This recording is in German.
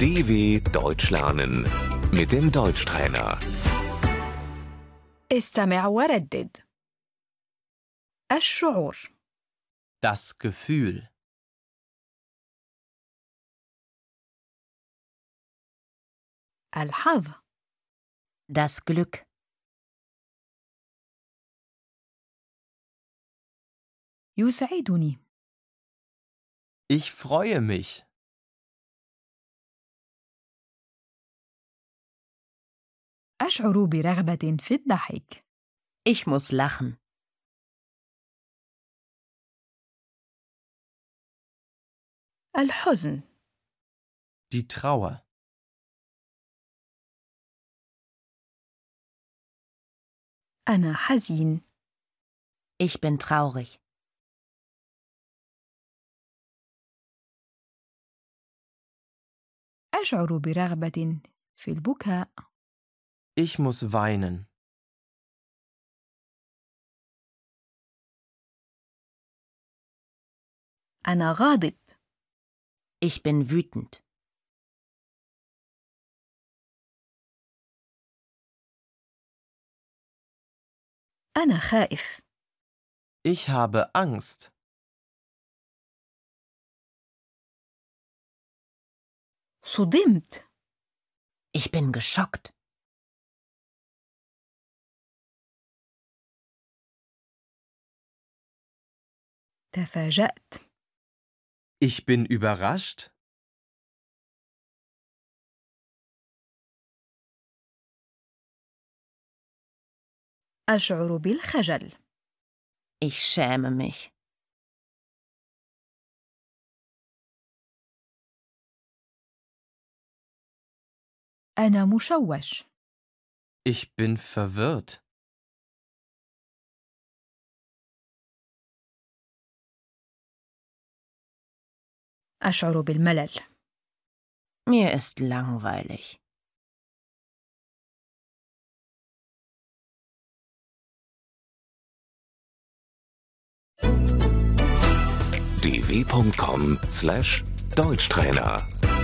DW Deutsch lernen mit dem Deutschtrainer. استمع وردد الشعور Das Gefühl. الحظ Das Glück, يسعدني Ich freue mich. أشعر برغبة في الضحك ich muss lachen, الحزن Die Trauer. أنا حزين ich bin traurig, أشعر برغبة في البكاء Ich muss weinen. أنا غاضب ich bin wütend, أنا خائف Ich habe Angst. صدمت ich bin geschockt, تفاجأت Ich bin überrascht. أشعر بالخجل ich schäme mich, أنا مشوش Ich bin verwirrt. أشعر بالملل mir ist langweilig, dw.com/deutschtrainer